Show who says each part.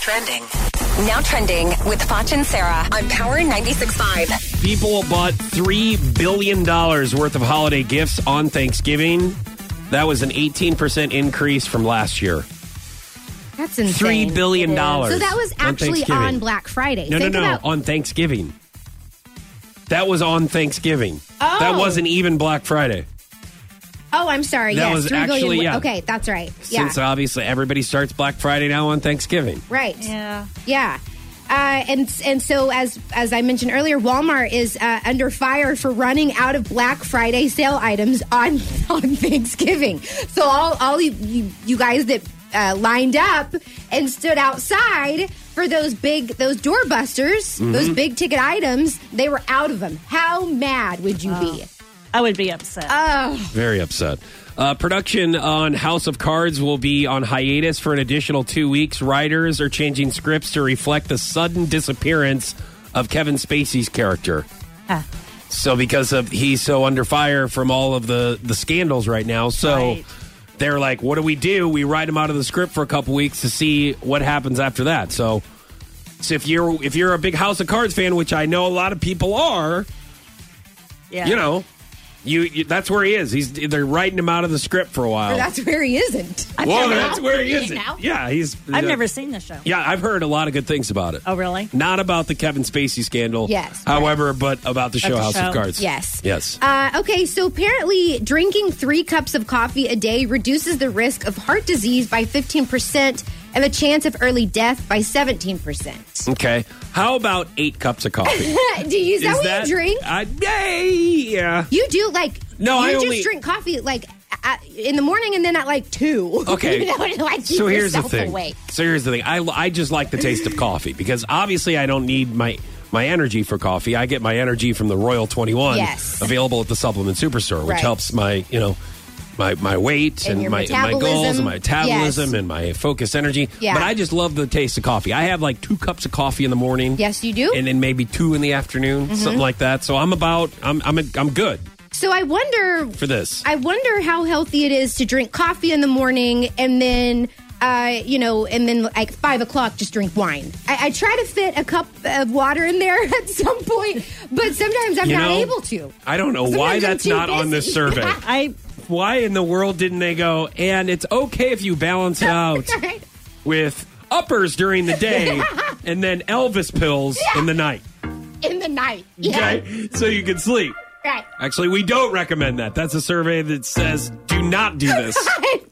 Speaker 1: trending. Now trending with Foch and Sarah on Power 96.5.
Speaker 2: People bought $3 billion worth of holiday gifts on Thanksgiving. That was an 18% increase from last year.
Speaker 3: That's insane.
Speaker 2: $3 billion.
Speaker 3: It is. So that was
Speaker 2: on
Speaker 3: actually
Speaker 2: Thanksgiving.
Speaker 3: on, Black Friday.
Speaker 2: No, no,
Speaker 3: Think
Speaker 2: no.
Speaker 3: about-
Speaker 2: on Thanksgiving. That was on Thanksgiving. That
Speaker 3: Oh.
Speaker 2: wasn't even Black Friday.
Speaker 3: oh, I'm sorry.
Speaker 2: That
Speaker 3: yes,
Speaker 2: was
Speaker 3: three billion
Speaker 2: actually-
Speaker 3: wa-
Speaker 2: yeah.
Speaker 3: Okay, that's right. Yeah,
Speaker 2: Since obviously everybody starts Black Friday now on Thanksgiving.
Speaker 3: right.
Speaker 4: Yeah.
Speaker 3: Yeah. Uh, and and so as as I mentioned earlier, Walmart is uh, under fire for running out of Black Friday sale items on on Thanksgiving. So all all you you, you guys that uh, lined up and stood outside for those big those doorbusters, those
Speaker 2: Mm-hmm.
Speaker 3: big ticket items, they were out of them. How mad would you be?
Speaker 4: I would be upset.
Speaker 2: Very upset. Uh, production on House of Cards will be on hiatus for an additional two weeks. Writers are changing scripts to reflect the sudden disappearance of Kevin Spacey's character.
Speaker 4: Ah.
Speaker 2: So, because of he's so under fire from all of the the scandals right now, so
Speaker 4: Right.
Speaker 2: they're like, "What do we do? We write him out of the script for a couple weeks to see what happens after that." So, so if you're if you're a big House of Cards fan, which I know a lot of people are,
Speaker 4: yeah.
Speaker 2: you know, you, you that's where he is. He's they're writing him out of the script for a while.
Speaker 3: Or that's where he isn't.
Speaker 2: well,
Speaker 4: never-
Speaker 2: that's where he is.
Speaker 3: Now?
Speaker 2: Yeah, he's.
Speaker 4: I've
Speaker 2: uh,
Speaker 4: never seen the show.
Speaker 2: Yeah, I've heard a lot of good things about it.
Speaker 4: Oh, really?
Speaker 2: Not about the Kevin Spacey scandal.
Speaker 3: Yes,
Speaker 2: However, but about the show
Speaker 4: the
Speaker 2: House
Speaker 4: show.
Speaker 2: of Cards.
Speaker 3: Yes.
Speaker 2: Yes.
Speaker 3: Uh, okay, so apparently drinking three cups of coffee a day reduces the risk of heart disease by 15% and the chance of early death by 17%.
Speaker 2: okay. How about eight cups of coffee?
Speaker 3: do you, is, that what you drink?
Speaker 2: I, yay, yeah.
Speaker 3: You do like,
Speaker 2: No,
Speaker 3: you
Speaker 2: I
Speaker 3: just
Speaker 2: only-
Speaker 3: drink coffee like at, in the morning and then at like two.
Speaker 2: Okay.
Speaker 3: you know, to, like keep
Speaker 2: so here's the
Speaker 3: yourself
Speaker 2: thing.
Speaker 3: awake.
Speaker 2: So here's the thing. I, I just like the taste of coffee because obviously I don't need my my energy for coffee. I get my energy from the Royal 21
Speaker 3: Yes.
Speaker 2: available at the supplement superstore, which
Speaker 3: Right.
Speaker 2: helps my, you know, my, my weight
Speaker 3: And
Speaker 2: and,
Speaker 3: your
Speaker 2: my, my goals
Speaker 3: metabolism.
Speaker 2: and my metabolism
Speaker 3: Yes.
Speaker 2: and my focused energy.
Speaker 3: Yeah.
Speaker 2: But I just love the taste of coffee. I have like two cups of coffee in the morning.
Speaker 3: Yes, you do? Mm-hmm.
Speaker 2: And then maybe two in the afternoon, something like that. So I'm about, I'm, I'm, I'm good
Speaker 3: So I wonder
Speaker 2: for this.
Speaker 3: I wonder how healthy it is to drink coffee in the morning and then, uh, you know, and then like five o'clock, just drink wine. I, I try to fit a cup of water in there at some point, but sometimes I'm
Speaker 2: You
Speaker 3: not
Speaker 2: know,
Speaker 3: able to.
Speaker 2: I don't know
Speaker 3: Sometimes
Speaker 2: why
Speaker 3: I'm
Speaker 2: that's
Speaker 3: too
Speaker 2: not on this
Speaker 3: busy.
Speaker 2: survey.
Speaker 4: I
Speaker 2: why in the world didn't they go and it's okay if you balance it out
Speaker 3: Right?
Speaker 2: with uppers during the day and then elvis pills in the night
Speaker 3: in the night. Yeah.
Speaker 2: okay so you can sleep
Speaker 3: Right.
Speaker 2: actually we don't recommend that that's a survey that says do not do this